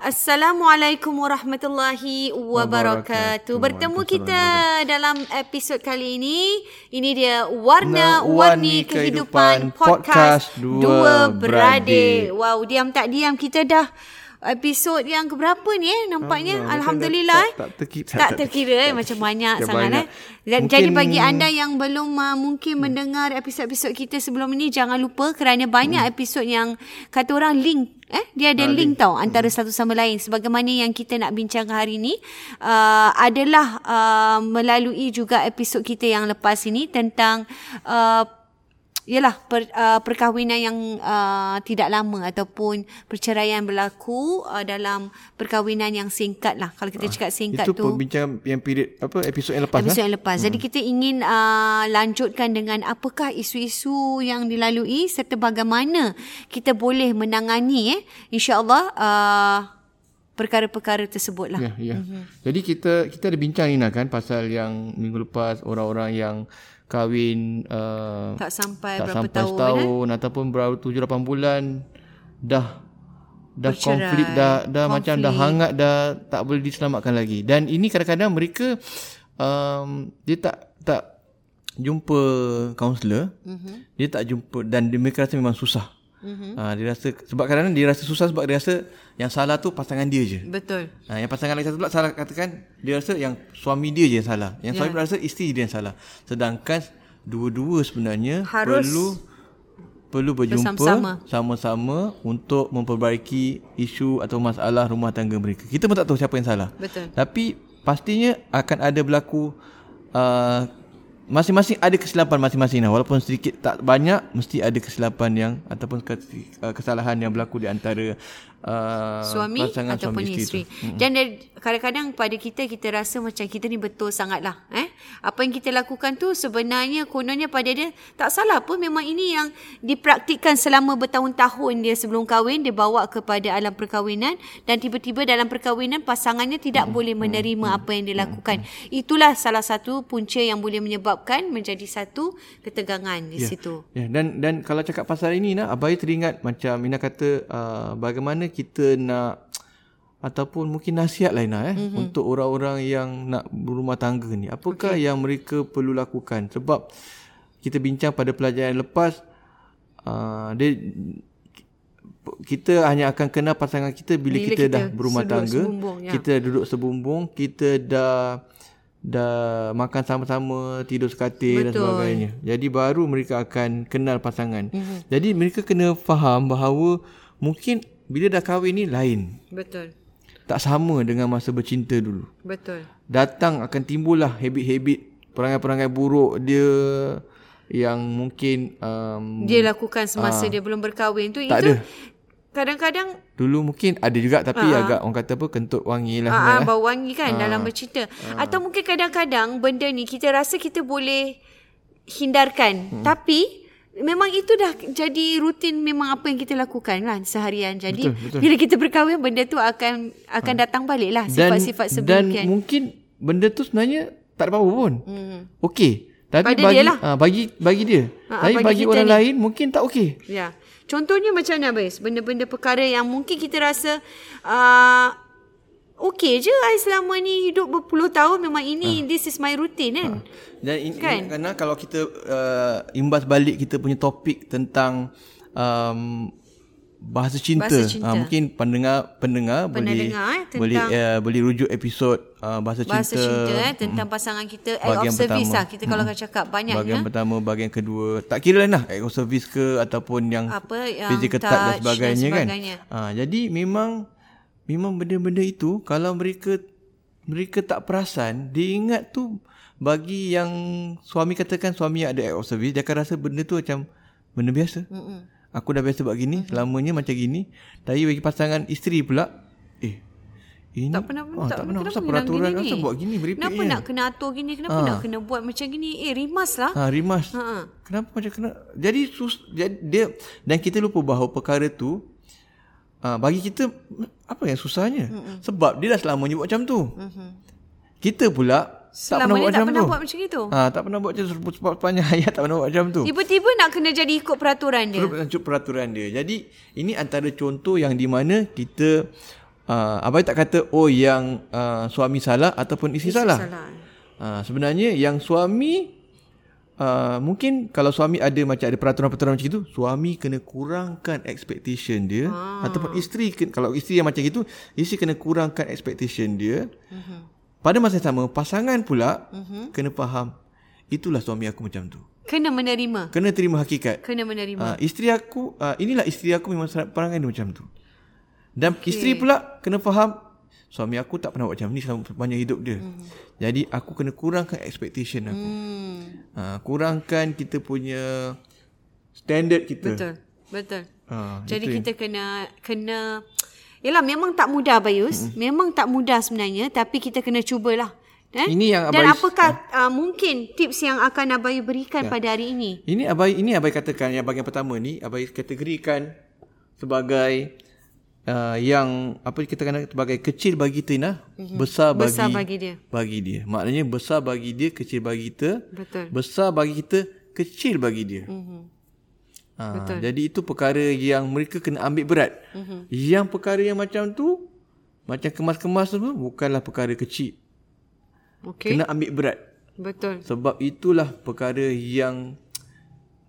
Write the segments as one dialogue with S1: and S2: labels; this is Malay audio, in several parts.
S1: Assalamualaikum warahmatullahi wabarakatuh.
S2: Wabarakatuh.
S1: Bertemu
S2: Waalaikumsalam
S1: kita dalam episod kali ini. Ini dia Warna-Warni
S2: Warni
S1: Kehidupan
S2: Kehidupan
S1: Podcast
S2: Podcast Dua
S1: Dua Beradik.
S2: Beradik.
S1: Wow, diam tak diam kita dah episod yang keberapa ni eh nampaknya
S2: Allah,
S1: alhamdulillah
S2: tak- tak terki-
S1: tak, tak terkira eh macam banyak
S2: Dah
S1: sangat
S2: banyak.
S1: eh Dan jadi
S2: Mungkin- Hmm.
S1: bagi anda yang belum uh, mungkin mendengar episod-episod kita sebelum ini jangan lupa kerana banyak
S2: Hmm.
S1: episod yang kata orang link eh dia
S2: Ah,
S1: ada link, tau antara
S2: Hmm.
S1: satu sama lain sebagaimana yang kita nak bincang hari ini uh, adalah uh, melalui juga episod kita yang lepas ini tentang uh, Yalah per, uh, perkahwinan yang uh, tidak lama ataupun perceraian berlaku uh, dalam perkahwinan yang singkat lah kalau kita cakap singkat
S2: Ah, Itu
S1: tu
S2: perbincangan yang period apa episod yang lepas eh? lah. Hmm.
S1: episod yang lepas. Jadi kita ingin uh, lanjutkan dengan apakah isu-isu yang dilalui serta bagaimana kita boleh menangani eh insyaallah uh, perkara-perkara tersebutlah.
S2: Ya, ya.
S1: Mhm.
S2: Mm-hmm. Jadi kita kita ada bincang ni kan pasal yang minggu lepas orang-orang yang kahwin uh,
S1: Tak sampai
S2: tak
S1: berapa
S2: sampai
S1: tahun eh.
S2: setahun eh? ataupun berapa 7 8 bulan dah dah Bercerai, konflik dah dah konflik. macam dah hangat dah tak boleh diselamatkan lagi dan ini kadang-kadang mereka um, dia tak tak jumpa kaunselor
S1: Mhm.
S2: mm-hmm. dia tak jumpa dan dia mereka rasa memang susah mm-hmm. uh, dia rasa sebab kadang-kadang dia rasa susah sebab dia rasa yang salah tu pasangan dia je
S1: Betul.
S2: Ha, yang pasangan lagi satu pula salah katakan dia rasa yang suami dia je yang salah. Yang
S1: Ya.
S2: suami pula rasa isteri dia yang salah. Sedangkan dua-dua sebenarnya
S1: Harus
S2: perlu perlu
S1: bersama-sama.
S2: berjumpa sama-sama untuk memperbaiki isu atau masalah rumah tangga mereka. Kita pun tak tahu siapa yang salah.
S1: Betul.
S2: Tapi pastinya akan ada berlaku uh, masing-masing ada kesilapan masing-masing lah. Walaupun sedikit tak banyak mesti ada kesilapan yang ataupun kes- uh, kesalahan yang berlaku di antara uh,
S1: suami
S2: pasangan
S1: ataupun
S2: suami
S1: isteri.
S2: isteri. tu.
S1: Dan dari- kadang-kadang pada kita kita rasa macam kita ni betul sangatlah eh. Apa yang kita lakukan tu sebenarnya kononnya pada dia tak salah pun memang ini yang dipraktikkan selama bertahun-tahun dia sebelum kahwin dia bawa kepada alam perkahwinan dan tiba-tiba dalam perkahwinan pasangannya tidak boleh menerima apa yang dilakukan. Itulah salah satu punca yang boleh menyebabkan menjadi satu ketegangan di situ.
S2: Ya, dan dan kalau cakap pasal ini nak abai teringat macam Mina kata uh, bagaimana kita nak ataupun mungkin nasihat lain eh mm-hmm. untuk orang-orang yang nak berumah tangga ni. Apakah okay. yang mereka perlu lakukan? Sebab kita bincang pada pelajaran lepas uh, dia kita hanya akan kenal pasangan kita
S1: Bila
S2: bila, bila kita,
S1: kita
S2: kita dah berumah
S1: duduk
S2: tangga,
S1: sebumbung, ya.
S2: kita duduk sebumbung, kita dah dah makan sama-sama, tidur sekatil dan
S1: Betul.
S2: sebagainya. Jadi baru mereka akan kenal pasangan. Mm-hmm.
S1: Mhm.
S2: Jadi mereka kena faham bahawa mungkin bila dah kahwin ni lain.
S1: Betul.
S2: Tak sama dengan masa bercinta dulu.
S1: Betul.
S2: Datang akan timbullah habit-habit perangai-perangai buruk dia yang mungkin um,
S1: dia lakukan semasa dia belum berkahwin tu
S2: Ah. Tak
S1: itu
S2: ada.
S1: kadang-kadang
S2: Dulu mungkin ada juga tapi
S1: Ha,
S2: agak orang kata apa kentut wangi lah.
S1: ah, ah, bau wangi kan dalam bercerita
S2: Ah.
S1: atau mungkin kadang-kadang benda ni kita rasa kita boleh
S2: Hmm.
S1: hindarkan tapi memang itu dah jadi rutin memang apa yang kita lakukan lah seharian jadi betul, betul. bila kita berkahwin benda tu akan akan datang balik lah sifat-sifat
S2: Ah.
S1: sebelum
S2: dan
S1: kan
S2: mungkin benda tu sebenarnya tak ada apa-apa pun. Hmm. Okey. Tapi
S1: Pada
S2: bagi
S1: dia lah.
S2: ah, bagi bagi dia.
S1: Ah, ah,
S2: tapi
S1: bagi
S2: bagi,
S1: kita
S2: orang
S1: ni.
S2: lain mungkin tak okey.
S1: Ya. Contohnya macam mana Abis? Benda-benda perkara yang mungkin kita rasa uh, okey je I selama ni hidup berpuluh tahun memang
S2: Ah.
S1: ini this is my routine kan.
S2: Dan in,
S1: Kan?
S2: kan? kerana kalau kita uh, imbas balik kita punya topik tentang um, bahasa cinta,
S1: Bahasa cinta.
S2: Ah, mungkin pendengar pendengar boleh
S1: dengar, eh, tentang-
S2: boleh uh, boleh rujuk episod uh, bahasa,
S1: Bahasa
S2: cinta,
S1: cinta eh tentang pasangan kita act
S2: Bahagian
S1: of service
S2: pertama.
S1: lah kita kalau akan cakap banyak
S2: bahagian
S1: ya.
S2: pertama, bahagian kedua. Tak kira lah act of service ke ataupun yang
S1: Apa yang
S2: physical touch, dan sebagainya,
S1: um, sebagainya.
S2: kan. Ha, jadi memang memang benda-benda itu kalau mereka mereka tak perasan, dia ingat tu bagi yang suami katakan suami yang ada act of service, dia akan rasa benda tu macam benda biasa. Mm-mm. Aku dah biasa buat gini, mm-hmm. selamanya macam gini. Tapi bagi pasangan isteri pula, eh ini
S1: Tak pernah
S2: ah,
S1: tak,
S2: tak
S1: kenapa
S2: pernah pasal
S1: ni dalam
S2: peraturan
S1: gini
S2: asal
S1: ni?
S2: buat gini meripik
S1: Kenapa
S2: je.
S1: nak kena atur gini?
S2: Ah.
S1: Kenapa nak kena buat macam gini? Eh rimas lah.
S2: Ha rimas.
S1: Ha.
S2: Kenapa macam kena? Jadi sus jadi dia dan kita lupa bahawa perkara tu uh, bagi kita apa yang susahnya? Mm-mm. Sebab dia dah selamanya buat macam tu. Mm-hmm. Kita pula
S1: Selama ni tak
S2: tak pernah buat macam
S1: pernah
S2: tu.
S1: buat macam itu.
S2: Ha tak pernah buat macam tu sebab sepanjang hayat tak pernah buat macam tu.
S1: Tiba-tiba nak kena jadi ikut peraturan dia.
S2: Ikut peraturan dia. Jadi ini antara contoh yang di mana kita uh, abai tak kata oh yang uh, suami salah ataupun isteri salah.
S1: Salah.
S2: Uh, sebenarnya yang suami uh, mungkin kalau suami ada macam ada peraturan-peraturan macam itu, suami kena kurangkan expectation dia ah. ataupun isteri ken- kalau isteri yang macam itu, isteri kena kurangkan expectation dia. Uh-huh. Pada masa yang sama, pasangan pula uh-huh. kena faham itulah suami aku macam tu.
S1: Kena menerima.
S2: Kena terima hakikat.
S1: Kena menerima.
S2: Uh, isteri aku uh, inilah isteri aku memang serat- perangai dia macam tu. Dan okay. isteri pula kena faham suami aku tak pernah buat macam ni selama sepanjang hidup dia.
S1: Hmm.
S2: Mm. Jadi aku kena kurangkan expectation aku. Mm.
S1: Hmm,
S2: Uh, kurangkan kita punya standard kita.
S1: Betul. Betul.
S2: Uh,
S1: Jadi kita kena kena Yalah memang tak mudah Bayus. Hmm. Memang tak mudah sebenarnya tapi kita kena cubalah. Eh?
S2: Ini yang Ah.
S1: Dan
S2: Abai-
S1: apakah uh, mungkin tips yang akan Abayu berikan
S2: Ya.
S1: pada hari ini?
S2: Ini abai ini abai katakan yang bahagian pertama ni abai kategorikan sebagai uh, yang apa kita kata sebagai kecil bagi kita nah, mm-hmm. besar bagi
S1: Mhm. Besar bagi dia.
S2: bagi dia. Maknanya besar bagi dia, kecil bagi kita,
S1: Betul.
S2: besar bagi kita, kecil bagi dia. Mm-hmm. Ha, jadi itu perkara yang mereka kena ambil berat. Mm-hmm. Yang perkara yang macam tu macam kemas-kemas tu bukanlah perkara kecil.
S1: Okey.
S2: Okay. Kena ambil berat.
S1: Betul.
S2: Sebab itulah perkara yang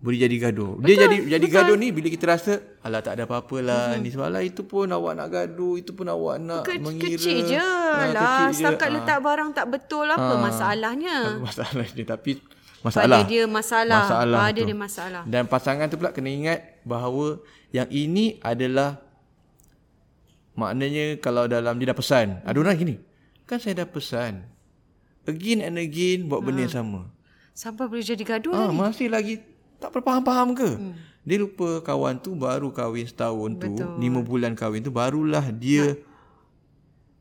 S2: boleh jadi gaduh. Dia jadi jadi betul. gaduh ni bila kita rasa alah tak ada apa-apalah hmm. ni sebab lah itu pun awak nak gaduh, itu pun awak nak
S1: Ke-
S2: mengira.
S1: kecil je
S2: Ah,
S1: lah.
S2: kecil je.
S1: Setakat
S2: Ah,
S1: letak barang tak betul apa masalahnya.
S2: apa masalah dia tapi
S1: Pada
S2: masalah.
S1: dia masalah.
S2: Masalah
S1: Pada
S2: tu.
S1: dia masalah.
S2: Dan pasangan tu pula kena ingat bahawa yang ini adalah maknanya kalau dalam dia dah pesan. Ada orang gini. Kan saya dah pesan. Again and again buat benda yang sama.
S1: Sampai boleh jadi gaduh.
S2: Ah, masih lagi tak berfaham-faham ke? Hmm. Dia lupa kawan tu baru kahwin setahun tu, Betul. lima bulan kahwin tu barulah dia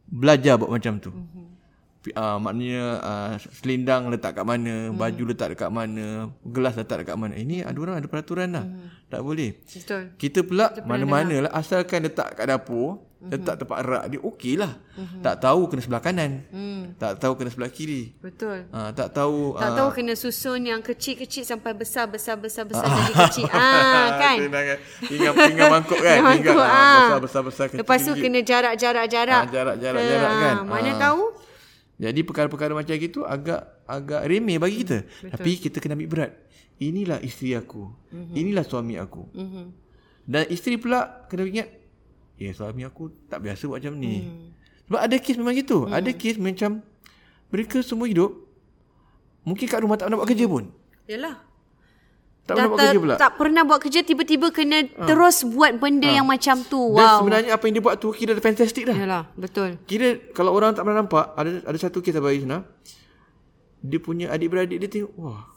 S2: belajar buat macam tu. Hmm. Uh, maknanya uh, selendang letak kat mana, hmm. baju letak dekat mana, gelas letak dekat mana. Ini ada orang ada peraturan lah. Hmm. Tak boleh.
S1: Betul.
S2: Kita pula Mhm. mana-mana lah asalkan letak kat dapur, letak tempat rak dia okey lah. Tak tahu kena sebelah kanan. Tak tahu kena sebelah kiri.
S1: Betul.
S2: Uh, tak tahu
S1: Tak tahu kena susun yang kecil-kecil sampai besar besar besar besar jadi kecil. Ah kan.
S2: Pinggang pinggang mangkuk kan.
S1: Mangkuk,
S2: Pinggang
S1: ah.
S2: ah, besar-besar kecil.
S1: Lepas tu kena jarak-jarak jarak.
S2: Ah, jarak, jarak, jarak, kan?
S1: Mana
S2: Ah.
S1: tahu?
S2: Jadi perkara-perkara macam gitu agak agak remeh bagi kita. Betul. Tapi kita kena ambil berat. Inilah isteri aku.
S1: Mhm.
S2: Mm-hmm. Inilah suami aku. Mm-hmm. Dan isteri pula kena ingat, ya suami aku tak biasa buat macam ni. Mm.
S1: Hmm.
S2: Sebab ada kes memang gitu. Mm. Ada kes macam mereka semua hidup mungkin kat rumah tak nak buat kerja pun.
S1: Yalah.
S2: Tak
S1: Dah
S2: nak buat kerja pula.
S1: tak pernah buat kerja tiba-tiba kena terus buat benda yang macam tu.
S2: Dan
S1: Wow.
S2: sebenarnya apa yang dia buat tu kira dah fantastic dah.
S1: Yalah, betul.
S2: Kira kalau orang tak pernah nampak Ada ada satu kes Abang Isna Dia punya adik-beradik dia tengok Wah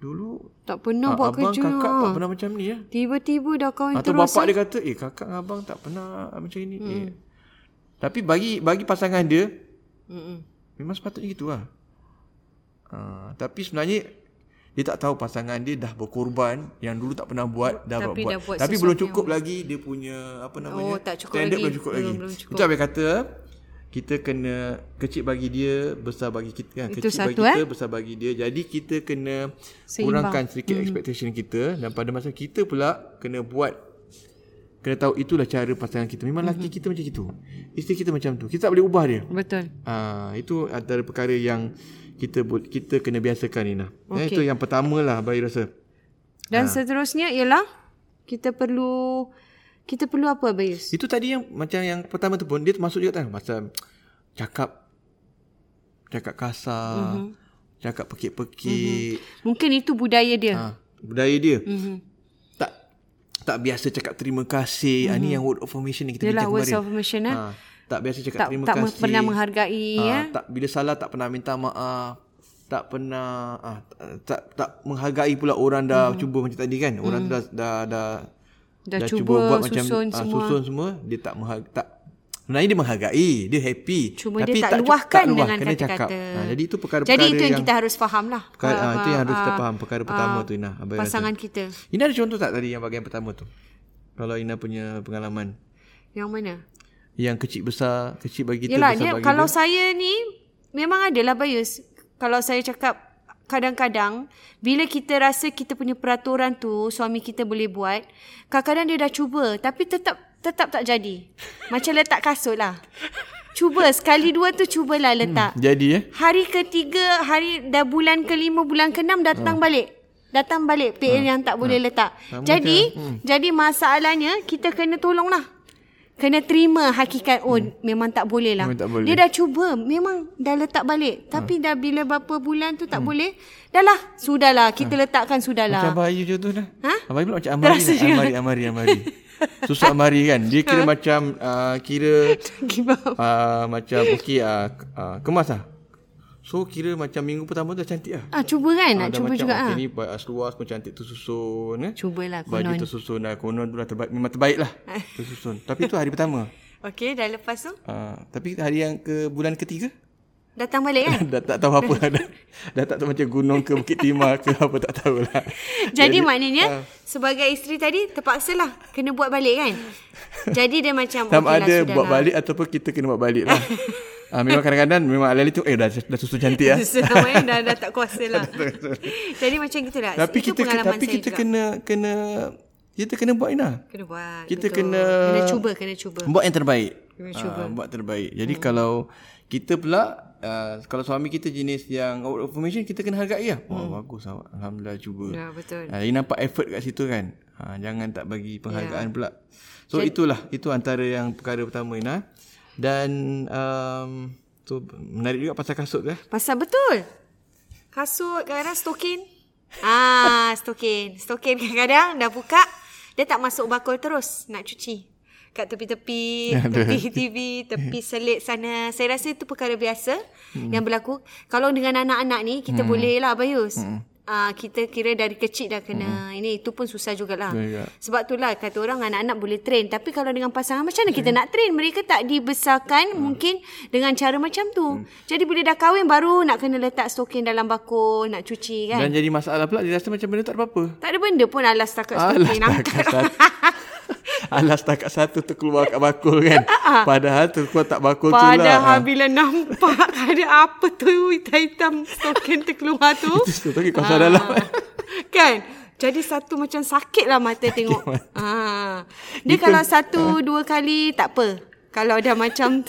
S2: Dulu
S1: Tak pernah
S2: ah,
S1: buat
S2: abang
S1: kerja.
S2: kakak tak pernah macam ni ya
S1: Tiba-tiba dah kahwin
S2: Atau
S1: terus.
S2: bapak dia kata Eh kakak dengan abang tak pernah macam ni hmm. eh. Tapi bagi bagi pasangan dia
S1: Mm-mm.
S2: Memang sepatutnya gitu lah uh, Tapi sebenarnya Dia tak tahu pasangan dia dah berkorban Yang dulu tak pernah buat Dah
S1: Tapi
S2: buat,
S1: dah buat
S2: Tapi
S1: sesuatu
S2: belum cukup lagi Dia punya Apa
S1: Oh,
S2: namanya
S1: tak cukup
S2: standard
S1: lagi.
S2: belum cukup
S1: Belum-
S2: lagi
S1: belum cukup.
S2: Itu abang kata Kita kena Kecil bagi dia Besar bagi kita kan?
S1: Itu
S2: Kecil bagi
S1: satu, eh?
S2: kita Besar bagi dia Jadi kita kena
S1: Seimbang. Hmm.
S2: Kurangkan sedikit mm. expectation kita Dan pada masa kita pula Kena buat Kena tahu itulah cara pasangan kita Memang laki
S1: Hmm.
S2: kita macam itu Isteri kita macam tu Kita tak boleh ubah dia
S1: Betul.
S2: Ah itu antara perkara yang kita bo- kita kena biasakan Nina. Okay.
S1: Okey.
S2: itu yang pertama lah bagi rasa. Ah.
S1: Dan seterusnya ialah kita perlu kita perlu apa Bayus?
S2: Itu tadi yang macam yang pertama tu pun dia termasuk juga kan macam cakap cakap kasar,
S1: Mhm.
S2: mm-hmm. cakap pekik-pekik. Mm-hmm.
S1: Mungkin itu budaya dia.
S2: Ha, budaya dia.
S1: Mhm.
S2: Tak tak biasa cakap terima kasih. Mm-hmm. Ini yang word of affirmation yang kita
S1: Yalah
S2: bincang
S1: Mhm. words
S2: kemarin.
S1: of affirmation eh.
S2: Ha, tak biasa cakap
S1: tak
S2: terima
S1: tak
S2: kasih.
S1: pernah menghargai ya.
S2: Ah, tak bila salah tak pernah minta maaf tak pernah ah, tak, tak tak menghargai pula orang dah hmm. cuba macam tadi kan orang tu dah dah dah,
S1: Mhm. Dah cuba susun
S2: ah,
S1: semua.
S2: susun semua dia tak menghar tak sebenarnya dia menghargai dia happy
S1: Cuma
S2: tapi
S1: dia tak
S2: cu-
S1: luahkan
S2: luah,
S1: dengan
S2: kena
S1: kata-kata.
S2: cakap. Ah, jadi itu perkara-perkara
S1: Jadi itu yang,
S2: yang
S1: kita harus faham lah.
S2: perkara, ah, itu yang harus kita
S1: Ah,
S2: faham perkara pertama tu Ina abang rasa.
S1: Pasangan kita.
S2: Ina ada contoh tak tadi yang bahagian pertama tu kalau Ina punya pengalaman
S1: Yang mana?
S2: yang kecil besar kecil bagi kita
S1: Yelah,
S2: besar
S1: ni,
S2: bagi
S1: kalau saya ni memang adalah bias. Kalau saya cakap kadang-kadang bila kita rasa kita punya peraturan tu suami kita boleh buat, kadang-kadang dia dah cuba tapi tetap tetap tak jadi. Macam letak kasut lah. Cuba sekali dua tu cubalah letak. Hmm.
S2: Jadi eh.
S1: Hari ketiga, hari dah bulan kelima, bulan keenam datang ha. balik. Datang balik PL ha. yang tak boleh ha. letak.
S2: Hmm. Sama
S1: jadi,
S2: macam-
S1: hmm. jadi masalahnya kita kena tolonglah. Kena terima hakikat oh hmm. memang tak boleh lah.
S2: Memang tak boleh. Hmm.
S1: Dia dah cuba, memang dah letak balik. Tapi dah bila berapa bulan tu tak boleh. Dah lah, sudahlah kita letakkan
S2: Hmm. Macam
S1: sudahlah.
S2: Abang Ayu je tu dah.
S1: Lah. Ha?
S2: Abang Ayu pula macam Amari.
S1: Terasa
S2: dah.
S1: juga. Ha?
S2: Amari, Amari, Amari. Susah Amari kan. Dia kira macam, uh, kira
S1: Give up.
S2: uh, macam, okay, uh, uh, kemas lah. So, kira macam minggu pertama tu dah cantik lah.
S1: Ah cuba kan, nak
S2: dah
S1: cuba
S2: macam,
S1: juga ah.
S2: okay, ni ba- seluar semua cantik tersusun. Eh?
S1: Cubalah konon.
S2: Baju tersusun lah. Konon tu dah terbaik. Memang terbaik lah. tersusun. Tapi tu hari pertama.
S1: Okey, dah lepas tu
S2: Uh, tapi hari yang ke bulan ketiga,
S1: datang balik kan?
S2: dah tak tahu apa dah, dah tak tahu macam gunung ke Bukit Timah ke apa tak tahulah.
S1: Jadi
S2: ah.
S1: maknanya sebagai isteri tadi terpaksalah kena buat balik kan. Jadi dia macam
S2: Sama
S1: "Okey lah,
S2: ada
S1: sudahlah."
S2: buat balik ataupun kita kena buat balik lah. ah, memang kadang-kadang memang alali tu eh dah dah susu cantik ah.
S1: Selamanya dah, dah tak kuasa lah Jadi macam gitulah
S2: tapi
S1: Itu
S2: kita
S1: pengalaman
S2: tapi
S1: saya
S2: kita
S1: juga.
S2: kena kena kita kena buat lah. Ina.
S1: Kena buat
S2: kita
S1: betul.
S2: kena-
S1: Kena cuba Kena cuba
S2: Buat yang terbaik.
S1: Kena
S2: Ah, buat terbaik. Jadi hmm. kalau kita pula Uh, kalau suami kita jenis yang out of formation kita kena hargai lah. Wah hmm. bagus awak. Alhamdulillah cuba.
S1: Ya betul
S2: Ha, dia nampak effort kat situ kan. Ha, jangan tak bagi penghargaan yeah. pula. So itulah itu antara yang perkara pertama Ina. Dan um, tu menarik juga pasal kasut tu eh.
S1: Pasal betul Kasut kadang-kadang stokin Ah stokin Stokin kadang-kadang dah buka Dia tak masuk bakul terus Nak cuci Kat tepi-tepi
S2: Ya,
S1: Tepi TV Tepi selit sana Saya rasa itu perkara biasa
S2: Hmm.
S1: Yang berlaku Kalau dengan anak-anak ni Kita boleh lah Bayus
S2: Hmm.
S1: Ah kita kira dari kecil dah kena ini itu pun susah jugalah.
S2: Betul juga.
S1: Sebab itulah kata orang anak-anak boleh train tapi kalau dengan pasangan macam mana kita nak train mereka tak dibesarkan
S2: Hmm.
S1: mungkin dengan cara macam tu. Jadi bila dah kahwin baru nak kena letak stokin dalam bakul, nak cuci kan.
S2: Dan jadi masalah pula dia rasa macam benda tak ada apa-apa.
S1: tak ada benda pun alas takat
S2: Alas
S1: stokin
S2: takat
S1: angkat.
S2: satu. Alas takat satu tu keluar kat bakul kan. Padahal tu keluar tak bakul tu lah.
S1: Padahal bila nampak ada apa tu hitam-hitam stokin terkeluar tu.
S2: Itu tu kau sadar dalam.
S1: Ah. kan? Jadi satu macam sakit lah mata Ah. tengok. Ha. Dia kalau satu dua kali tak apa. Kalau dah macam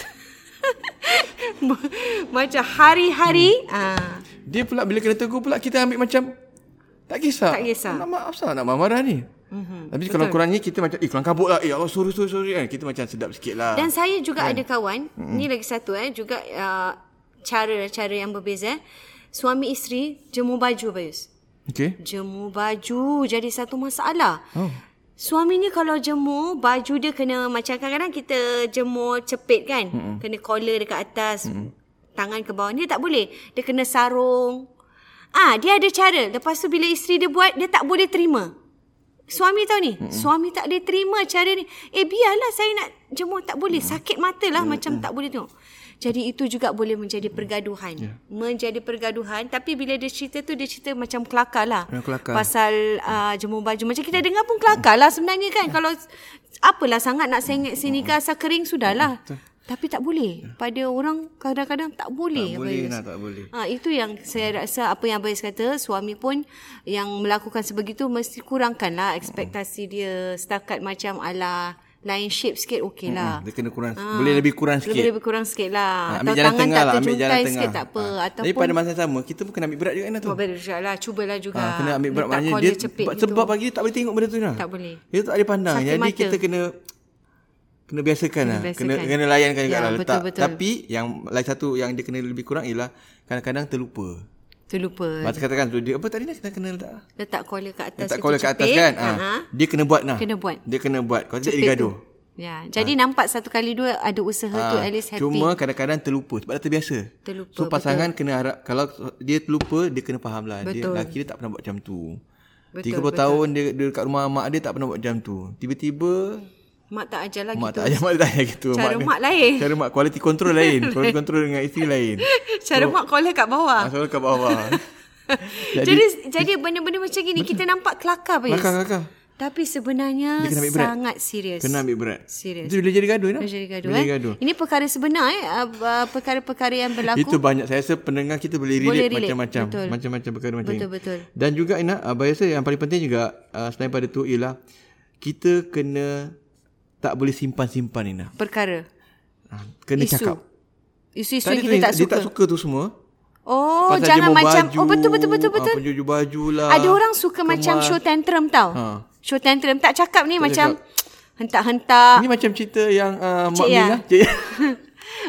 S1: macam hari-hari ah
S2: Dia pula bila kena tegur pula kita ambil macam tak kisah.
S1: Tak kisah. Mhm,
S2: Nak maaf sah nak marah-marah ni. Mm-hmm, Tapi kalau kurangnya kita macam eh kurang kabut lah. Eh Allah sorry sorry sorry kan. Kita macam sedap sikit lah.
S1: Dan saya juga ada kawan, ni lagi satu eh juga uh, cara-cara yang berbeza. eh. Suami isteri jemur baju Bayus.
S2: Okay.
S1: Jemur baju jadi satu masalah.
S2: Oh.
S1: Suaminya kalau jemur, baju dia kena macam kadang-kadang kita jemur cepit kan. Mm-hmm. Kena collar dekat atas, mm-hmm. tangan ke bawah. Dia tak boleh. Dia kena sarung. Ah, dia ada cara. Lepas tu bila isteri dia buat, dia tak boleh terima. Suami tahu ni, mm-hmm. suami tak boleh terima cara ni. Eh biarlah saya nak jemur tak boleh. Sakit mata
S2: Ya,
S1: lah mm-hmm. macam tak boleh tengok. Jadi itu juga boleh menjadi pergaduhan.
S2: Ya.
S1: Yeah. Menjadi pergaduhan tapi bila dia cerita tu dia cerita macam kelakar lah.
S2: Memang kelakar.
S1: Pasal uh, jemur baju Macam kita dengar pun kelakar lah sebenarnya kan
S2: Ya.
S1: Kalau apalah sangat nak sengit sini ke asal kering sudahlah Tapi tak boleh Pada orang kadang-kadang tak boleh Abayus.
S2: Boleh nak Ya. tak boleh.
S1: Ha, itu yang saya rasa apa yang Abayus kata Suami pun yang melakukan sebegitu Mesti kurangkanlah ekspektasi dia Setakat macam ala lain shape sikit okey lah
S2: Dia kena kurang. Boleh lebih kurang Hmm, sikit.
S1: Lebih, lebih kurang sikit lah
S2: Ha,
S1: Atau tangan tak terjuntai sikit tak apa
S2: Ha. Tapi
S1: Ataupun
S2: pada masa yang sama kita pun kena ambil berat juga kan tu.
S1: Cuba lah, cubalah juga.
S2: Ha, kena ambil berat
S1: Letak
S2: maknanya
S1: collar
S2: dia
S1: cepit
S2: sebab,
S1: gitu.
S2: sebab bagi dia tak boleh tengok benda tu lah.
S1: Tak boleh.
S2: Dia tak boleh pandang.
S1: Sakit
S2: Jadi
S1: mata.
S2: kita kena kena biasakan lah. Kena
S1: biasakan.
S2: kena layankan juga
S1: Ya,
S2: lah letak.
S1: betul, betul.
S2: Tapi yang lain satu yang dia kena lebih kurang ialah kadang-kadang terlupa.
S1: Terlupa.
S2: Masa katakan tu dia apa tadi nak kena kena letak lah.
S1: Letak collar kat atas.
S2: letak
S1: itu
S2: kola kat atas
S1: cepit.
S2: kan. Ha.
S1: Ha.
S2: Dia kena buat lah.
S1: Kena buat.
S2: Dia kena buat. Kalau tidak dia
S1: Cepit tu.
S2: gaduh.
S1: Ya, jadi nampak satu kali dua ada usaha tu at
S2: Ah,
S1: least happy.
S2: Cuma kadang-kadang terlupa sebab dah terbiasa.
S1: Terlupa,
S2: So pasangan kena harap kalau dia terlupa dia kena faham lah. Dia
S1: Betul.
S2: lelaki dia tak pernah buat macam tu.
S1: Betul,
S2: 30 tahun dia, dia dekat rumah mak dia tak pernah buat macam tu. Tiba-tiba
S1: mak tak ajar lagi.
S2: mak
S1: Mak
S2: tak ajar mak dia tanya gitu.
S1: Cara
S2: dia-
S1: mak lain.
S2: Cara mak quality control lain. quality control dengan isteri lain.
S1: Cara mak collar kat bawah.
S2: Masuk ke bawah.
S1: Jadi jadi, benda-benda macam gini kita nampak kelakar Bayus.
S2: Kelakar kelakar.
S1: Tapi sebenarnya
S2: Dia kena ambil berat.
S1: sangat serius.
S2: Kena ambil berat.
S1: Serius.
S2: Itu bila jadi gaduh you know?
S1: Jadi gaduh,
S2: Bila
S1: eh?
S2: gaduh.
S1: Ini perkara sebenar eh uh, uh, perkara-perkara yang berlaku.
S2: Itu banyak saya rasa pendengar kita boleh relate,
S1: Boleh relate,
S2: macam-macam
S1: betul.
S2: macam-macam perkara macam
S1: Betul
S2: ini.
S1: betul.
S2: Dan juga ah, Ina, abang rasa yang paling penting juga uh, selain pada tu ialah kita kena tak boleh simpan-simpan Nina.
S1: Perkara.
S2: Ha, kena
S1: Isu.
S2: cakap.
S1: Isu-isu yang
S2: Tadi tu
S1: kita tak
S2: dia
S1: suka.
S2: tak suka tu semua.
S1: Oh,
S2: Pasal dia
S1: jangan
S2: bawa
S1: macam
S2: baju,
S1: oh betul betul betul
S2: ah,
S1: betul.
S2: penjujur baju lah.
S1: Ada orang suka macam show tantrum tau.
S2: Ha.
S1: Show tantrum tak cakap ni macam hentak-hentak.
S2: Ini macam cerita yang uh, Mak
S1: Ya.
S2: Min lah. Cik Ya.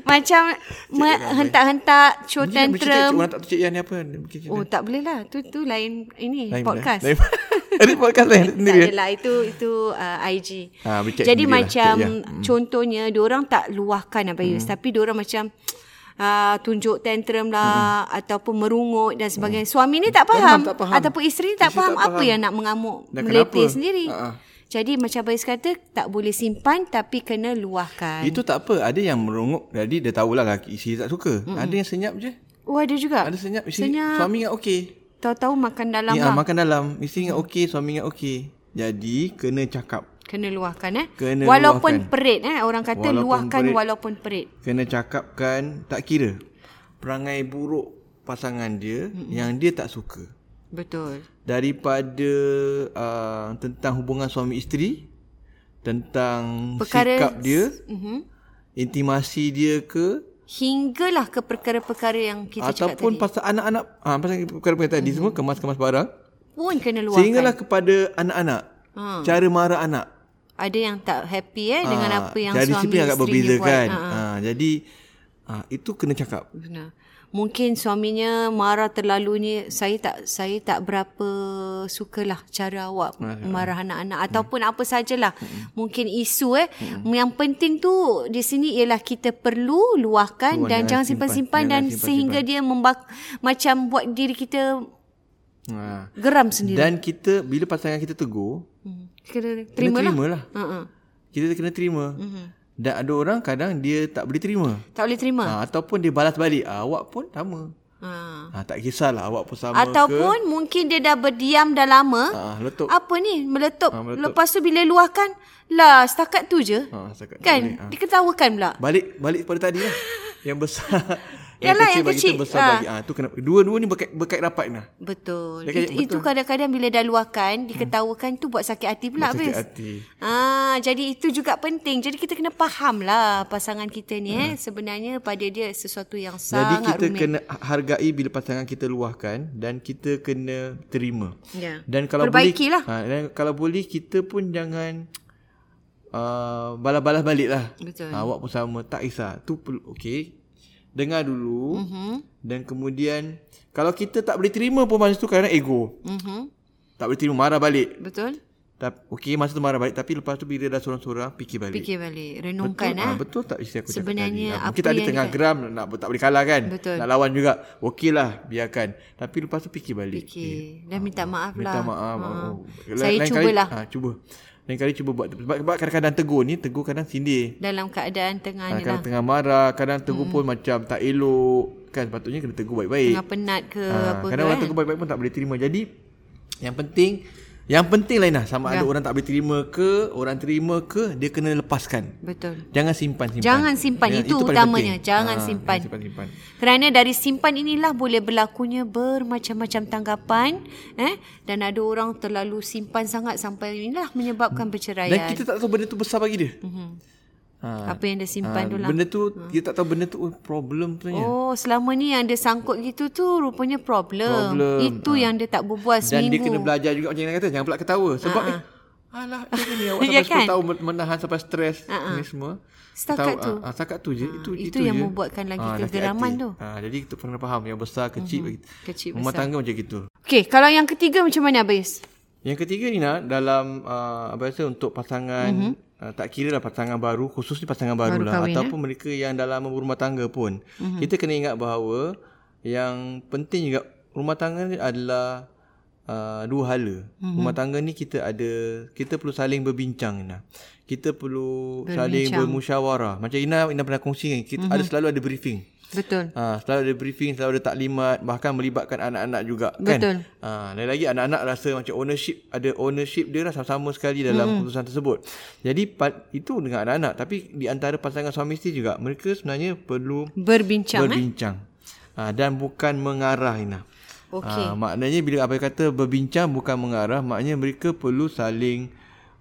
S1: macam me- hentak-hentak show
S2: Dia nak bercerita, Cik.
S1: tantrum.
S2: Orang tak tahu Cik Yan ni apa. Dia bikin cerita.
S1: Oh, tak boleh lah. Tu tu lain ini
S2: Lain pula.
S1: podcast.
S2: Lain pula. Ada podcast lain
S1: Tak
S2: sendiri. eh?
S1: adalah itu itu uh, IG.
S2: Ah, boleh check
S1: Jadi
S2: sendiri lah,
S1: macam
S2: check,
S1: lah. contohnya diorang tak luahkan apa hmm. tapi diorang macam uh, tunjuk tantrum lah hmm. ataupun merungut dan sebagainya. Suami ni tak faham,
S2: Hmm. tak faham.
S1: ataupun isteri ni tak,
S2: Isteri
S1: faham,
S2: tak
S1: apa
S2: faham.
S1: yang nak mengamuk
S2: Dan
S1: meletih
S2: kenapa?
S1: sendiri.
S2: Ha, ha.
S1: Jadi macam Bayis kata tak boleh simpan tapi kena luahkan.
S2: Itu tak apa. Ada yang merongok. Jadi dia tahulah laki isteri tak suka. Ada yang senyap je.
S1: Oh ada juga.
S2: Ada senyap. Isteri,
S1: Senyap.
S2: Suami ingat okey.
S1: Tahu-tahu makan dalam
S2: Ya,
S1: lah.
S2: makan dalam. Isteri ingat okey, suami ingat okey. Jadi kena cakap.
S1: Kena luahkan eh.
S2: Kena
S1: walaupun
S2: luahkan.
S1: perit eh orang kata
S2: Walaupun
S1: luahkan
S2: perit.
S1: walaupun perit.
S2: Kena cakapkan tak kira perangai buruk pasangan dia mm-hmm. yang dia tak suka.
S1: Betul.
S2: Daripada uh, tentang hubungan suami isteri, tentang
S1: Perkara-
S2: sikap dia,
S1: Mhm.
S2: intimasi dia ke
S1: Hinggalah ke perkara-perkara yang kita cakap Hmm.
S2: ataupun pasal anak-anak, ah pasal perkara-perkara tadi semua kemas-kemas barang.
S1: pun kena luahkan.
S2: Sehinggalah kepada anak-anak.
S1: Ha.
S2: Cara marah anak.
S1: Ada yang tak happy eh dengan
S2: Ah,
S1: apa yang
S2: jadi
S1: suami
S2: siapa yang
S1: isteri
S2: agak berbeza
S1: dia buat.
S2: kan.
S1: Ha,
S2: Ha, jadi ah, itu kena cakap.
S1: benar. Mungkin suaminya marah terlalunya saya tak saya tak berapa sukalah cara awak
S2: Ah, ya.
S1: marah
S2: Hmm.
S1: anak-anak ataupun apa sajalah. Mungkin isu eh. Yang penting tu di sini ialah kita perlu luahkan
S2: Luahkan,
S1: dan jangan
S2: simpan.
S1: simpan-simpan
S2: Jangan
S1: dan
S2: simpan-simpan.
S1: sehingga dia membak macam buat diri kita
S2: Ha.
S1: geram sendiri.
S2: Dan kita bila pasangan kita tegur,
S1: Hmm. Kena terimalah. Mhm.
S2: terima kena terimalah.
S1: Ha uh
S2: Kita kena terima. Mm-hmm. Dan ada orang kadang dia tak boleh terima.
S1: Tak boleh terima.
S2: Ha, ataupun dia balas balik, ah, awak pun sama.
S1: Ha.
S2: Ha, tak kisahlah awak pun sama ke.
S1: Ataupun mungkin dia dah berdiam dah lama.
S2: Ah, letup.
S1: Apa ni? Meletup.
S2: Ah, meletup.
S1: Lepas tu bila luahkan, lah setakat tu je.
S2: Ha, setakat tu
S1: kan?
S2: boleh,
S1: Boleh, Diketawakan pula.
S2: Balik balik pada tadi lah. yang besar.
S1: Yalah, yang
S2: bagi
S1: kecil.
S2: kita, besar
S1: Ha.
S2: bagi. Ah, tu kena dua-dua ni berkait, berkait rapat nah.
S1: Betul.
S2: Dia kata,
S1: Itu, itu kadang-kadang bila dah luahkan, diketawakan tu buat sakit hati pula
S2: Sakit
S1: habis.
S2: hati.
S1: Ah, jadi itu juga penting. Jadi kita kena faham lah pasangan kita ni eh. Sebenarnya pada dia sesuatu yang
S2: Ah. Jadi
S1: sangat
S2: kita
S1: rumit.
S2: kena hargai bila pasangan kita luahkan dan kita kena terima.
S1: Ya.
S2: Dan kalau
S1: Perbaikilah.
S2: boleh ha, dan kalau boleh kita pun jangan uh, balas-balas balik lah.
S1: Betul.
S2: Ha, awak pun sama, tak kisah. Tu perlu okey. Dengar dulu
S1: Mhm.
S2: dan kemudian kalau kita tak boleh terima pun masa tu kadang ego.
S1: Mhm.
S2: Tak boleh terima marah balik.
S1: Betul?
S2: Tap- Okey masa tu marah balik tapi lepas tu bila dah seorang-seorang fikir balik.
S1: Fikir balik, renungkan ah.
S2: Ah, betul tak isteri aku
S1: Sebenarnya
S2: cakap tadi? Ah,
S1: apa
S2: Mungkin tadi
S1: yang
S2: tengah
S1: dia-
S2: geram nak tak boleh kalah kan.
S1: Betul.
S2: Nak lawan juga. Okey lah biarkan. Tapi lepas tu fikir balik.
S1: Fikir. Dan minta maaf lah.
S2: Ah. Minta maaf.
S1: Ha.
S2: Oh.
S1: Saya cubalah.
S2: Kali, ha, cuba. Lain kali cuba buat. Sebab, sebab kadang-kadang tegur ni, tegur kadang sindir.
S1: dalam keadaan tengah ni lah Hmm.
S2: Kadang-kadang tengah marah, kadang tegur pun macam tak elok. Kan sepatutnya kena tegur baik-baik.
S1: tengah penat ke apa
S2: Ha,
S1: ke
S2: kadang orang
S1: kan
S2: tegur baik-baik pun tak boleh terima. Jadi yang penting yang penting lain lah sama
S1: Ya.
S2: ada orang tak boleh terima ke, orang terima ke, dia kena lepaskan.
S1: betul
S2: Jangan simpan-simpan.
S1: Jangan simpan. Itu
S2: paling
S1: utamanya.
S2: penting.
S1: Jangan
S2: Ah,
S1: simpan.
S2: Jangan simpan-simpan.
S1: kerana dari simpan inilah boleh berlakunya bermacam-macam tanggapan eh dan ada orang terlalu simpan sangat sampai inilah menyebabkan
S2: Dan
S1: perceraian
S2: kita tak tahu benda tu besar bagi dia.
S1: Ya, Mhm.
S2: Ha.
S1: apa yang dia simpan tu lah
S2: benda tu kita tak tahu benda tu oh, problem tu
S1: Oh,
S2: oh,
S1: selama ni yang dia sangkut gitu tu rupanya problem.
S2: Problem. Ah.
S1: Itu yang dia tak berbual
S2: Dan
S1: seminggu.
S2: dia
S1: Ha,
S2: kena belajar juga macam yang kata jangan pula ketawa sebab eh, alah apa ni awak sampai
S1: Ya
S2: 10
S1: kan? Ha,
S2: tahun men- menahan sampai stres ni semua.
S1: Setakat
S2: Ketawa-
S1: tu. Ha,
S2: ah, ah, setakat tu je. itu
S1: itu
S2: itu,
S1: yang
S2: je.
S1: membuatkan lagi
S2: Ah, sakit
S1: kegeraman
S2: hati.
S1: tu. Mhm.
S2: Ah, jadi kita kena faham yang besar kecil bagi.
S1: Kecil
S2: Rumah tangga macam gitu.
S1: Okey, kalau yang ketiga macam mana Abis?
S2: Yang ketiga Nina dalam uh, abang rasa untuk pasangan mm-hmm. uh, tak kira lah pasangan baru khususnya pasangan baru, lah
S1: kahwin,
S2: ataupun mereka yang dalam berumah tangga pun mm-hmm. kita kena ingat bahawa yang penting juga rumah tangga ni adalah uh, dua hala. Mm-hmm. Rumah tangga ni kita ada kita perlu saling berbincang Nina. Kita perlu berbincang. saling bermusyawarah. Macam Ina Ina pernah kongsi kan kita mm-hmm. ada selalu ada briefing.
S1: Betul.
S2: Ha, selalu ada briefing, selalu ada taklimat, bahkan melibatkan anak-anak juga kan.
S1: Betul.
S2: Ha, dan lagi anak-anak rasa macam ownership, ada ownership dia lah sama-sama sekali dalam hmm. keputusan tersebut. Jadi pa- itu dengan anak-anak, tapi di antara pasangan suami isteri juga, mereka sebenarnya perlu
S1: Berbincang eh.
S2: berbincang. Ha, dan bukan mengarah Ina.
S1: Okey.
S2: Ha, maknanya bila apa kata berbincang bukan mengarah, maknanya mereka perlu saling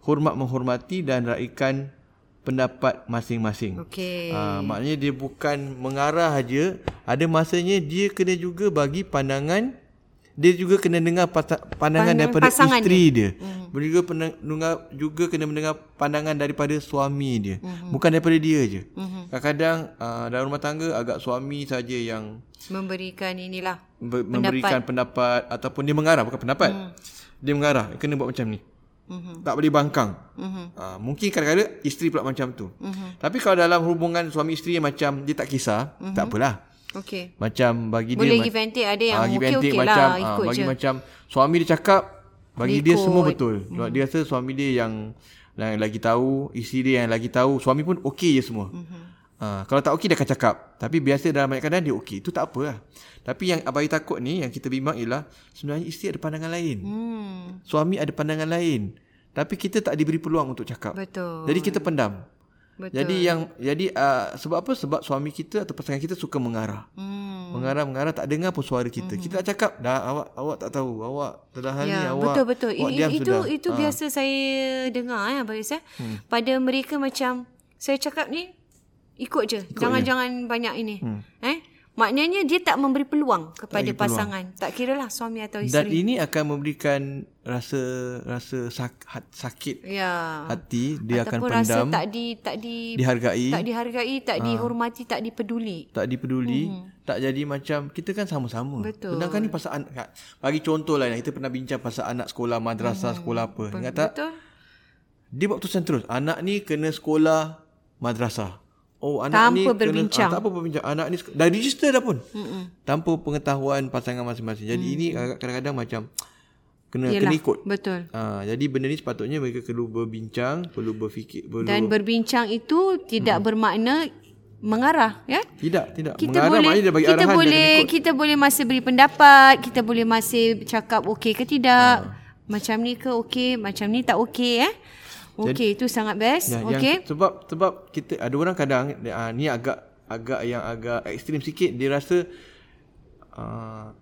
S2: hormat menghormati dan raikan pendapat masing-masing.
S1: Okey.
S2: Uh, maknanya dia bukan mengarah aja, ada masanya dia kena juga bagi pandangan dia juga kena dengar pata,
S1: Pandang-
S2: pandangan daripada
S1: pasangan
S2: isteri dia. Hmm. Juga pena- dengar- juga kena mendengar pandangan daripada suami dia. Hmm. Bukan daripada dia je. Hmm. Kadang-kadang uh, dalam rumah tangga agak suami saja yang
S1: Memberikan inilah.
S2: ber- memberikan pendapat ataupun dia mengarah bukan pendapat. Hmm. Dia mengarah, kena buat macam ni. Mm-hmm. Tak boleh bangkang.
S1: Mhm.
S2: Mm-hmm. Uh, mungkin kadang-kadang isteri pula macam tu. Mm-hmm. Tapi kalau dalam hubungan suami isteri yang macam dia tak kisah, mm-hmm. tak apalah.
S1: Okey.
S2: Macam bagi
S1: Mhm. Boleh
S2: dia
S1: give and take. Ada yang
S2: Ah, give and
S1: okey-okey
S2: take
S1: lah.
S2: macam, ah,
S1: ikut
S2: bagi
S1: je.
S2: macam suami dia cakap bagi dia
S1: Ikut. Mhm.
S2: semua betul. Sebab dia rasa suami dia yang yang lagi tahu, isteri dia yang lagi tahu, suami pun okey je semua.
S1: Mhm.
S2: Ah, kalau tak okey dia akan cakap. Tapi biasa dalam banyak keadaan dia okey. Itu tak apalah. Tapi yang abai takut ni yang kita bimbang ialah sebenarnya isteri ada pandangan lain.
S1: Hmm,
S2: Suami ada pandangan lain. Tapi kita tak diberi peluang untuk cakap.
S1: betul.
S2: Jadi kita pendam.
S1: Betul.
S2: Jadi yang jadi uh, sebab apa? Sebab suami kita atau pasangan kita suka mengarah.
S1: Hmm.
S2: Mengarah-mengarah tak dengar pun suara kita. Kita nak cakap, dah awak awak tak tahu. Awak telah hari
S1: Ya,
S2: awak.
S1: betul betul.
S2: Awak
S1: I-
S2: diam
S1: i- itu
S2: sudah. Ah.
S1: itu biasa saya dengar ya Baris eh. Hmm. Pada mereka macam saya cakap ni ikut je. Jangan jangan banyak ini. Hmm. Eh? Maknanya dia tak memberi peluang kepada tak pasangan. Peluang. Tak kiralah suami atau
S2: Eh, Dan
S1: isteri.
S2: ini akan memberikan rasa rasa sak, hat- sakit
S1: ya.
S2: hati, dia akan
S1: Ataupun rasa
S2: kan pendam, Ah.
S1: tak di tak di
S2: dihargai,
S1: tak dihargai, tak dihormati, tak dipeduli.
S2: tak dipeduli, tak jadi macam kita kan sama-sama.
S1: Hmm. Betul.
S2: Sedangkan ni pasal anak. Bagi contoh lah kita pernah bincang pasal anak sekolah madrasah,
S1: Hmm.
S2: sekolah apa. Ingat tak?
S1: Betul?
S2: Dia buat keputusan terus. Anak ni kena sekolah madrasah. Oh anak
S1: Tanpa
S2: ni kena-
S1: berbincang.
S2: ah, tak apa berbincang. Anak ni sek- dah register dah pun. Mm-mm. Tanpa pengetahuan pasangan masing-masing. Jadi mm. ini agak- kadang-kadang macam kena kena ikut.
S1: Betul.
S2: Ah, jadi benda ni sepatutnya mereka perlu berbincang, perlu berfikir, perlu
S1: Dan berbincang itu tidak hmm. bermakna mengarah ya.
S2: tidak, tidak.
S1: kita
S2: Mengarah
S1: boleh
S2: maknanya dia bagi
S1: kita
S2: arahan
S1: boleh
S2: dia kena ikut.
S1: kita boleh masih beri pendapat, kita boleh masih cakap okey ke
S2: Ah.
S1: tidak. Macam ni ke okey, macam ni tak okey eh. Okey, itu sangat best.
S2: Ya,
S1: Ya,
S2: yang
S1: okey.
S2: sebab sebab kita ada orang kadang ah, ni agak agak yang agak ekstrim sikit dia rasa ah,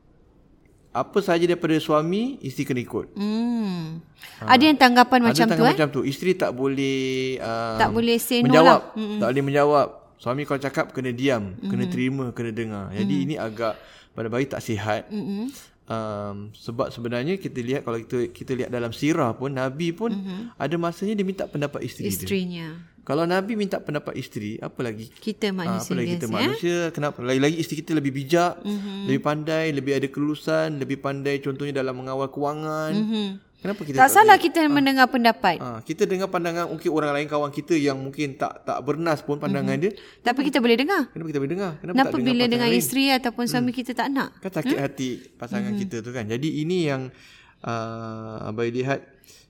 S2: apa sahaja daripada suami isteri kena ikut.
S1: Hmm. Ada yang tanggapan macam
S2: Ah.
S1: tu
S2: ada tangan
S1: eh.
S2: macam tu. Isteri tak boleh uh,
S1: Tak boleh say no
S2: menjawab.
S1: lah.
S2: Tak boleh menjawab. Suami kalau cakap kena diam, mm-hmm. kena terima, kena dengar. Jadi mm-hmm. ini agak pada bayi tak sihat. Mm-hmm. Um, sebab sebenarnya kita lihat kalau kita kita lihat dalam sirah pun Nabi pun mm-hmm. ada masanya dia minta pendapat isteri, isteri.
S1: Isterinya.
S2: dia. Kalau Nabi minta pendapat isteri, apa lagi
S1: Kita
S2: Ah, apa
S1: manusia
S2: lagi
S1: biasa.
S2: kita manusia kenapa lagi-lagi isteri kita lebih bijak mm-hmm. lebih pandai lebih ada kelulusan lebih pandai contohnya dalam mengawal kewangan mm-hmm. kenapa kita
S1: Hmm. Tak salah kita
S2: Ah.
S1: mendengar pendapat.
S2: Ha, kita dengar pandangan mungkin orang lain kawan kita yang mungkin tak tak bernas pun pandangan
S1: Mhm.
S2: mm-hmm. dia.
S1: Tapi kita boleh dengar.
S2: Kenapa kita boleh dengar? Kenapa
S1: Kenapa
S2: tak dengar
S1: bila
S2: pasal-
S1: dengan isteri ataupun suami kita tak nak?
S2: Kan sakit hmm? hati pasangan
S1: Mhm.
S2: mm-hmm. kita tu kan. Jadi ini yang uh, abai lihat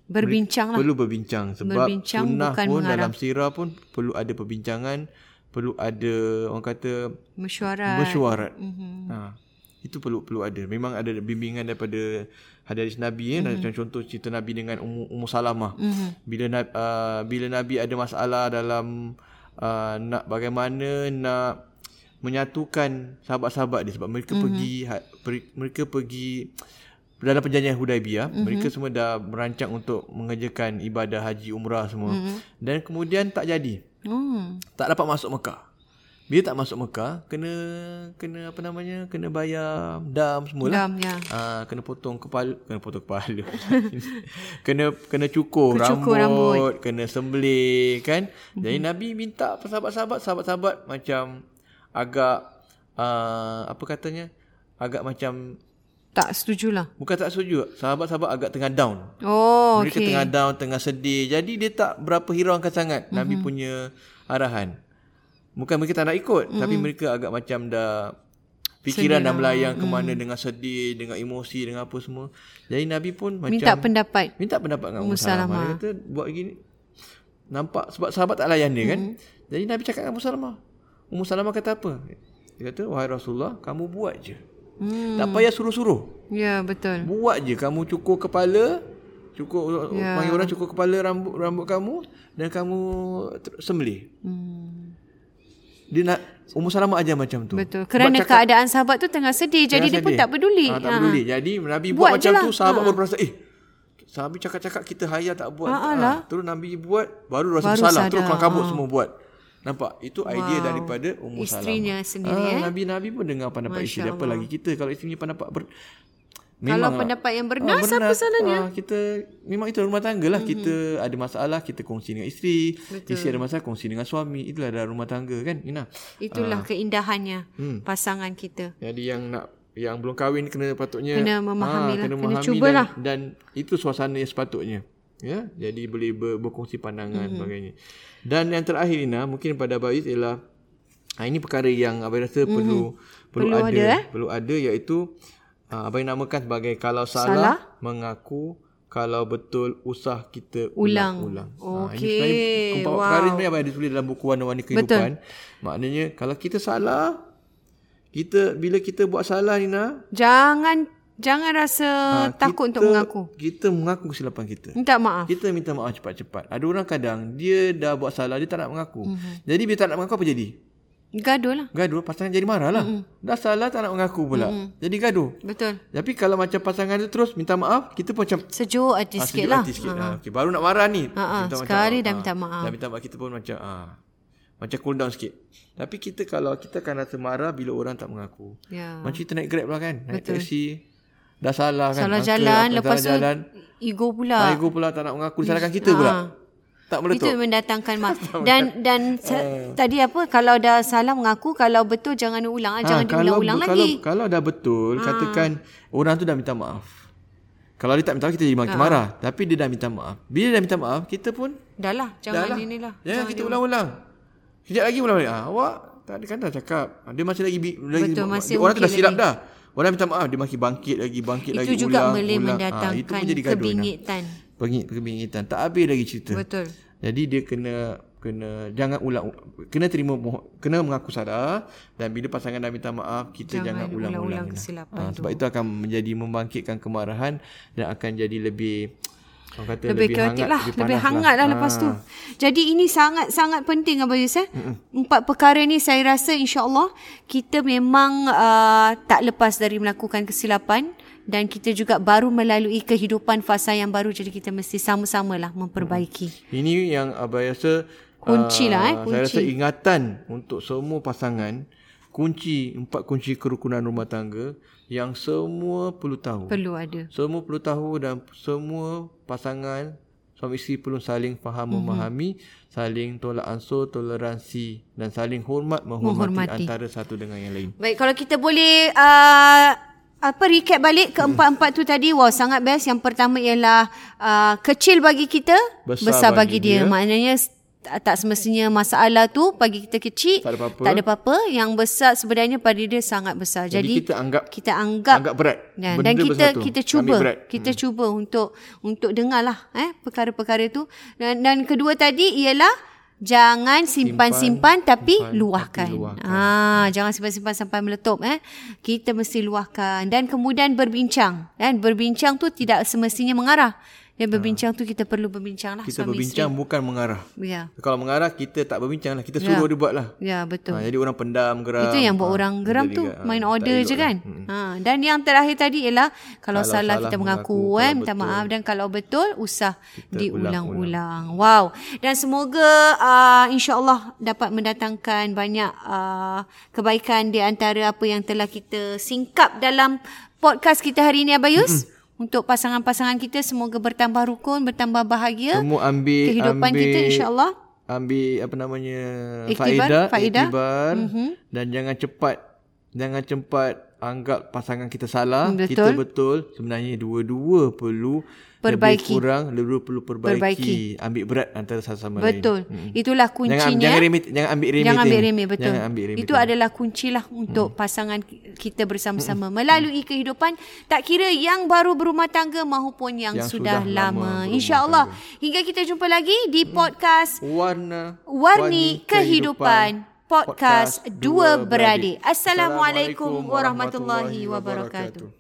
S1: Berbincang lah.
S2: perlu berbincang sebab
S1: Berbincang
S2: sunnah
S1: bukan
S2: pun dalam sirah pun perlu ada perbincangan, perlu ada orang kata
S1: Mesyuarat. Hmm.
S2: mesyuarat. Mm-hmm. Ha. Itu perlu perlu ada. Memang ada bimbingan daripada hadis Nabi ya. Mm-hmm. Contoh cerita Nabi dengan Ummu, Ummu Salamah. Mm-hmm. Bila Na- uh, bila Nabi ada masalah dalam uh, nak bagaimana nak menyatukan sahabat-sahabat dia sebab mereka mm-hmm. pergi ha- per- mereka pergi dalam perjanjian Hudaibiyah mm-hmm. mereka semua dah merancang untuk mengerjakan ibadah haji umrah semua mm-hmm. dan kemudian tak jadi
S1: Hmm.
S2: tak dapat masuk Mekah. Bila tak masuk Mekah, kena kena apa namanya? Kena bayar dam semula.
S1: Dam ya.
S2: Ah, kena potong kepala, kena potong kepala. kena kena cukur,
S1: Cukur
S2: rambut, kena sembelih kan. Jadi Nabi minta sahabat-sahabat, sahabat-sahabat macam agak uh, apa katanya? Agak macam
S1: Tak setujulah.
S2: bukan tak setuju, sahabat-sahabat agak tengah down.
S1: Oh,
S2: Mereka
S1: okey.
S2: tengah down, tengah sedih. Jadi dia tak berapa hiraukan sangat mm-hmm.
S1: Mhm.
S2: Nabi punya arahan. Bukan mereka tak nak ikut,
S1: Mhm.
S2: mm-hmm. tapi mereka agak macam dah fikiran dah melayang ke mana
S1: Mhm.
S2: dengan sedih, dengan emosi, dengan apa semua. Jadi Nabi pun macam
S1: Minta pendapat.
S2: minta pendapat dengan Ummu Salamah. Dia kata buat gini nampak sebab sahabat tak layan dia
S1: Mhm.
S2: kan. Jadi Nabi cakap dengan Ummu Salamah. Ummu Salamah kata apa? Dia kata, "Wahai Rasulullah, kamu buat je.
S1: Hmm.
S2: Tak payah suruh-suruh."
S1: Ya, betul.
S2: Buat je kamu cukur kepala,
S1: Ya.
S2: cukur yeah. panggil orang cukur kepala rambut rambut kamu dan kamu ter- sembelih.
S1: Hmm.
S2: Dia nak Ummu Salamah ajar macam tu.
S1: Betul. Kerana keadaan sahabat tu tengah sedih, jadi dia pun tak peduli. Ah.
S2: Ha, tak Ah, peduli. Jadi Nabi buat,
S1: Buat je
S2: macam
S1: lah.
S2: tu sahabat ha. baru rasa eh Nabi cakap-cakap kita hayal tak buat.
S1: Ah,
S2: Ah,
S1: lah.
S2: Terus Nabi buat baru rasa
S1: Baru
S2: bersalah.
S1: sadar,
S2: Terus keluar kabut
S1: ah.
S2: semua buat. Nampak? Itu idea daripada Ummu Salamah.
S1: Isterinya sendiri, eh?
S2: Nabi-nabi pun dengar pendapat isteri. Apa lagi kita kalau isteri punya pendapat ber
S1: Kalau
S2: Memang lah.
S1: pendapat yang benar,
S2: Ah,
S1: siapa salahnya?
S2: Ah, kita memang itu rumah tangga lah. Mm-hmm. Kita ada masalah, kita kongsi dengan isteri. Betul. Isteri ada masalah, kongsi dengan suami. Itulah dalam rumah tangga kan, Ina.
S1: Itulah keindahannya
S2: Hmm.
S1: pasangan kita.
S2: Jadi yang nak yang belum kahwin ni kena patutnya ha,
S1: Kena memahami lah,
S2: kena,
S1: kena
S2: memahami
S1: cubalah.
S2: Dan, dan itu suasana yang sepatutnya. Ya, jadi boleh ber, berkongsi
S1: Mhm.
S2: pandangan mm-hmm. sebagainya. Dan yang terakhir Ina, mungkin pada Abang Aziz ialah ha, ini perkara yang Abang rasa mm-hmm. perlu, perlu
S1: Mhm. Perlu
S2: ada,
S1: ada, eh?
S2: perlu ada iaitu ha, Abang namakan sebagai kalau salah,
S1: Salah?
S2: mengaku kalau betul usah kita
S1: Ulang.
S2: ulang. Ha, ini
S1: Okey,
S2: sebenarnya empat
S1: wow.
S2: perkara sebenarnya Abang ada tulis dalam buku Warna-Warni Kehidupan. Betul. Maknanya kalau kita salah kita bila kita buat salah Nina
S1: Jangan jangan rasa
S2: ah,
S1: takut untuk mengaku.
S2: kita mengaku kesilapan kita
S1: Minta maaf.
S2: kita minta maaf cepat-cepat ada orang kadang dia dah buat salah dia tak nak mengaku
S1: Mhm.
S2: jadi bila tak nak mengaku apa jadi
S1: Gaduh lah.
S2: gaduh pasangan jadi marah lah
S1: Mhm.
S2: dah salah tak nak mengaku pula jadi gaduh
S1: Betul.
S2: tapi kalau macam pasangan tu terus minta maaf kita pun macam
S1: Sejuk hati
S2: ah,
S1: sikit
S2: sejuk
S1: lah.
S2: hati sikit. Ah, okay, baru nak marah ni
S1: ah,
S2: Minta
S1: sekali
S2: maaf.
S1: dah
S2: Ah,
S1: minta maaf.
S2: dah minta maaf kita pun macam ah, macam cool down sikit tapi kita kalau kita akan rasa marah bila orang tak mengaku
S1: Ya.
S2: Macam kita naik grab lah kan Naik Betul. taksi Dah salah kan
S1: Salah
S2: Uncle,
S1: jalan.
S2: apa,
S1: Lepas tu
S2: salah jalan
S1: ego pula.
S2: Aigo pula tak nak mengaku Disalahkan kita pula
S1: Ah. Itu
S2: Tak meletup
S1: mendatangkan mak. Dan
S2: Eh.
S1: dan sa- tadi apa kalau dah salah mengaku kalau betul jangan ulang ah jangan
S2: Ah, kalau,
S1: diulang-ulang
S2: kalau,
S1: lagi. Ah.
S2: kalau dah betul Katakan Orang tu dah minta maaf Kalau dia tak minta maaf Kita jadi makin
S1: Ah.
S2: marah Tapi dia dah minta maaf Bila dia dah minta maaf Kita pun
S1: Dah lah
S2: Dah
S1: jangan
S2: lah
S1: inilah.
S2: Jangan kita ulang-ulang Sekejap lagi ulang balik ah, Awak Tak ada kan dah cakap Ah, Dia masih lagi, bi- lagi
S1: Betul,
S2: ma-
S1: masih
S2: Orang tu dah
S1: ungkit
S2: silap
S1: lagi.
S2: dah Orang minta maaf Dia makin bangkit lagi Bangkit lagi
S1: Itu juga
S2: ulang,
S1: boleh
S2: ulang. Ah, itu
S1: mendatangkan
S2: pun jadi gaduh Nah.
S1: kebingitan.
S2: Pengit, kebingitan tak habis lagi cerita.
S1: Betul.
S2: Jadi dia kena kena jangan ulang kena terima moho- kena mengaku salah dan bila pasangan dah minta maaf kita jangan,
S1: ulang-ulang
S2: ulang-ulang
S1: kesilapan
S2: ha, sebab itu akan menjadi membangkitkan kemarahan dan akan jadi lebih orang kata
S1: lebih,
S2: lebih,
S1: kreatif
S2: Ah. hangat
S1: lah lebih, hangat lah, lepas tu jadi ini sangat sangat penting abang Yus eh empat perkara ni saya rasa insyaallah kita memang uh, tak lepas dari melakukan kesilapan dan kita juga baru melalui kehidupan fasa yang baru jadi kita mesti sama-samalah memperbaiki
S2: Ini yang abang rasa
S1: Kunci
S2: ah,
S1: lah, eh,
S2: Saya
S1: kunci.
S2: rasa ingatan untuk semua pasangan kunci empat kunci kerukunan rumah tangga yang semua perlu tahu.
S1: perlu ada
S2: Semua perlu tahu dan semua pasangan suami isteri perlu saling
S1: Mhm.
S2: faham mm-hmm. memahami, saling tolak ansur, toleransi dan saling hormat menghormati,
S1: Menghormati.
S2: menghormati antara satu dengan yang lain.
S1: Baik, kalau kita boleh uh, apa recap balik keempat-empat tu tadi, wow sangat best. Yang pertama ialah uh, kecil bagi kita, besar, besar
S2: Besar
S1: bagi,
S2: bagi
S1: dia.
S2: dia.
S1: Maknanya s- tak tak semestinya masalah tu bagi kita kecil,
S2: Tak ada apa-apa.
S1: tak ada apa-apa. Yang besar sebenarnya pada dia sangat besar.
S2: Jadi, Jadi
S1: Jadi,
S2: kita anggap
S1: kita anggap
S2: anggap berat.
S1: dan, Ya,
S2: Benda
S1: dan kita
S2: besar tu,
S1: kita
S2: kami
S1: cuba
S2: berat.
S1: kita hmm. cuba untuk untuk dengarlah eh perkara-perkara tu dan dan kedua tadi ialah jangan simpan-simpan tapi
S2: simpan, tapi
S1: luahkan.
S2: luahkan.
S1: Ah jangan simpan-simpan sampai meletup eh. Kita mesti luahkan dan kemudian berbincang. Dan berbincang tu tidak semestinya mengarah. Dan berbincang tu kita perlu berbincang lah
S2: Ah. kita
S1: suami
S2: berbincang bukan mengarah.
S1: isteri. Ya.
S2: Kalau mengarah kita tak berbincang lah, kita suruh dia buat lah.
S1: Ya betul.
S2: Ha, jadi orang pendam geram.
S1: Itu yang buat
S2: Ah,
S1: orang geram
S2: betul
S1: tu
S2: juga. Ah,
S1: main
S2: tak
S1: order
S2: elok
S1: je
S2: lah.
S1: kan. Ha dan yang terakhir tadi ialah kalau,
S2: Kalau
S1: salah,
S2: salah
S1: kita mengaku,
S2: mengaku,
S1: eh
S2: kalau
S1: minta
S2: betul.
S1: maaf dan kalau betul usah diulang-ulang.
S2: ulang-ulang.
S1: Wow. Dan semoga uh, insya-Allah dapat mendatangkan banyak uh, kebaikan di antara apa yang telah kita singkap dalam podcast kita hari ini Abayus. Untuk pasangan-pasangan kita semoga bertambah rukun, bertambah bahagia.
S2: Semua
S1: kan.
S2: ambil
S1: Kehidupan
S2: ambil,
S1: kita insya-Allah
S2: ambil apa namanya
S1: Iktibar,
S2: faedah,
S1: faedah. Mhm.
S2: iktibar Mm-hmm. dan jangan cepat jangan cepat anggap pasangan kita salah,
S1: Hmm,
S2: kita
S1: betul.
S2: betul. Sebenarnya dua-dua perlu
S1: Perbaiki.
S2: lebih kurang, lebih perlu perbaiki.
S1: Perbaiki.
S2: ambil berat antara satu sama lain.
S1: Betul. Itulah kuncinya.
S2: Jangan jangan remeh, jangan ambil remeh.
S1: Jangan ambil
S2: thing.
S1: remeh betul.
S2: Jangan ambil Hmm. remeh.
S1: Itu adalah kuncilah untuk pasangan ki- kita
S2: Hmm.
S1: bersama-sama melalui kehidupan tak kira yang baru berumah tangga maupun yang,
S2: Yang
S1: sudah,
S2: sudah
S1: lama.
S2: lama berumah
S1: Insya-Allah hingga kita jumpa lagi di podcast
S2: warna
S1: Warni Kehidupan Podcast Dua Beradik. Assalamualaikum warahmatullahi wabarakatuh.